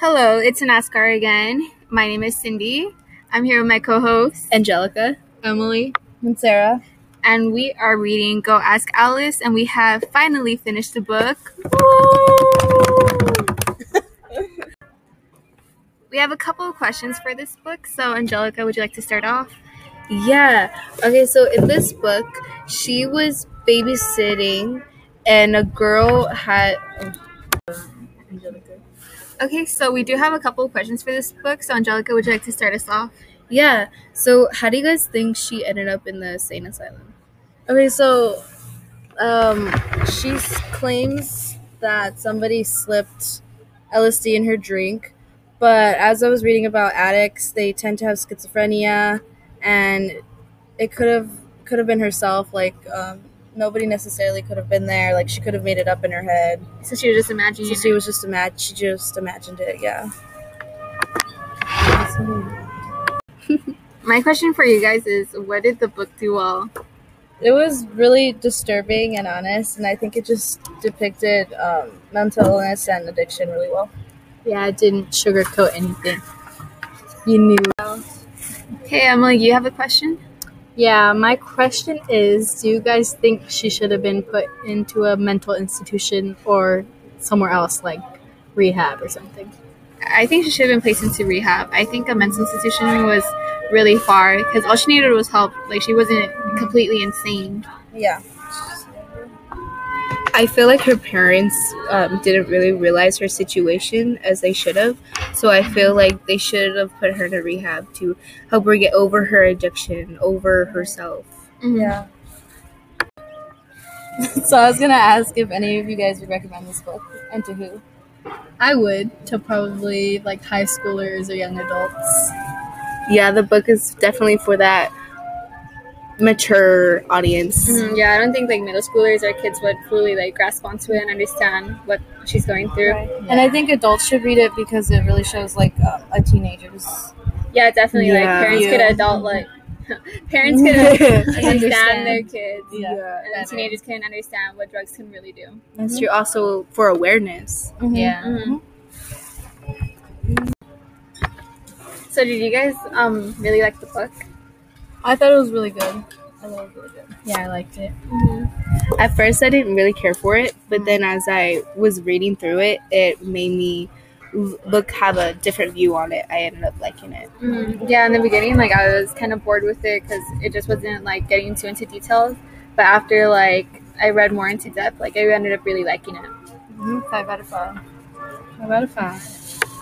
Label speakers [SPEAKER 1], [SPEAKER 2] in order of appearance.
[SPEAKER 1] Hello, it's NASCAR again. My name is Cindy. I'm here with my co host,
[SPEAKER 2] Angelica
[SPEAKER 3] Emily.
[SPEAKER 2] and Sarah.
[SPEAKER 1] and we are reading Go Ask Alice, and we have finally finished the book. We have a couple of questions for this book, so Angelica, would you like to start off?
[SPEAKER 2] Yeah. Okay, so in this book, she was babysitting and a girl had oh,
[SPEAKER 1] Okay, so we do have a couple of questions for this book, so Angelica, would you like to start us off?
[SPEAKER 2] Yeah. So, how do you guys think she ended up in the sane asylum?
[SPEAKER 3] Okay, so um, she s- claims that somebody slipped LSD in her drink, but as I was reading about addicts, they tend to have schizophrenia, and it could have could have been herself. Like um, nobody necessarily could have been there. Like she could have made it up in her head.
[SPEAKER 1] So she was just imagining.
[SPEAKER 3] So she was just imag- She just imagined it. Yeah.
[SPEAKER 1] My question for you guys is what did the book do well?
[SPEAKER 3] it was really disturbing and honest and i think it just depicted um, mental illness and addiction really well
[SPEAKER 2] Yeah, it didn't sugarcoat anything.
[SPEAKER 3] you knew
[SPEAKER 1] Hey, Emily, you have a question?
[SPEAKER 4] Yeah, my question is do you guys think she should have been put into a mental institution or somewhere else like rehab or something?
[SPEAKER 1] I think she should have been placed into rehab. I think a mental institution was really far because all she needed was help. Like she wasn't completely insane.
[SPEAKER 3] yeah
[SPEAKER 2] I feel like her parents um, didn't really realize her situation as they should have. So I feel like they should have put her to rehab to help her get over her addiction, over herself.
[SPEAKER 1] Mm-hmm.
[SPEAKER 3] yeah so i was gonna ask if any of you guys would recommend this book and to who
[SPEAKER 4] I would to probably like high schoolers or young adults.
[SPEAKER 2] Yeah, the book is definitely for that mature audience.
[SPEAKER 1] Mm, yeah, I don't think like middle schoolers or kids would fully like grasp onto it and understand what she's going through.
[SPEAKER 3] and i think adults should read it because it really shows like um, a teenager's
[SPEAKER 1] Yeah, definitely.
[SPEAKER 2] Yeah.
[SPEAKER 1] Like parents
[SPEAKER 3] Yeah.
[SPEAKER 1] could adult like parents could understand,
[SPEAKER 4] Understand.
[SPEAKER 1] their kids.
[SPEAKER 3] Yeah.
[SPEAKER 1] And then teenagers can understand what drugs can really do.
[SPEAKER 2] It's true also for awareness.
[SPEAKER 4] Yeah.
[SPEAKER 2] Mm-hmm.
[SPEAKER 1] Mm-hmm. So, did you guys um really like the book?
[SPEAKER 4] I thought it was really good. I thought it was really good. Yeah, I liked it.
[SPEAKER 2] At first, I didn't really care for it, but then as I was reading through it, it made me l- look have a different view on it. I ended up liking it.
[SPEAKER 1] Mm, yeah, in the beginning, like I was kind of bored with it because it just wasn't like getting too into details. But after like I read more into depth, like I ended up really liking it.
[SPEAKER 3] five Mm-hmm. out of five
[SPEAKER 4] How about a five?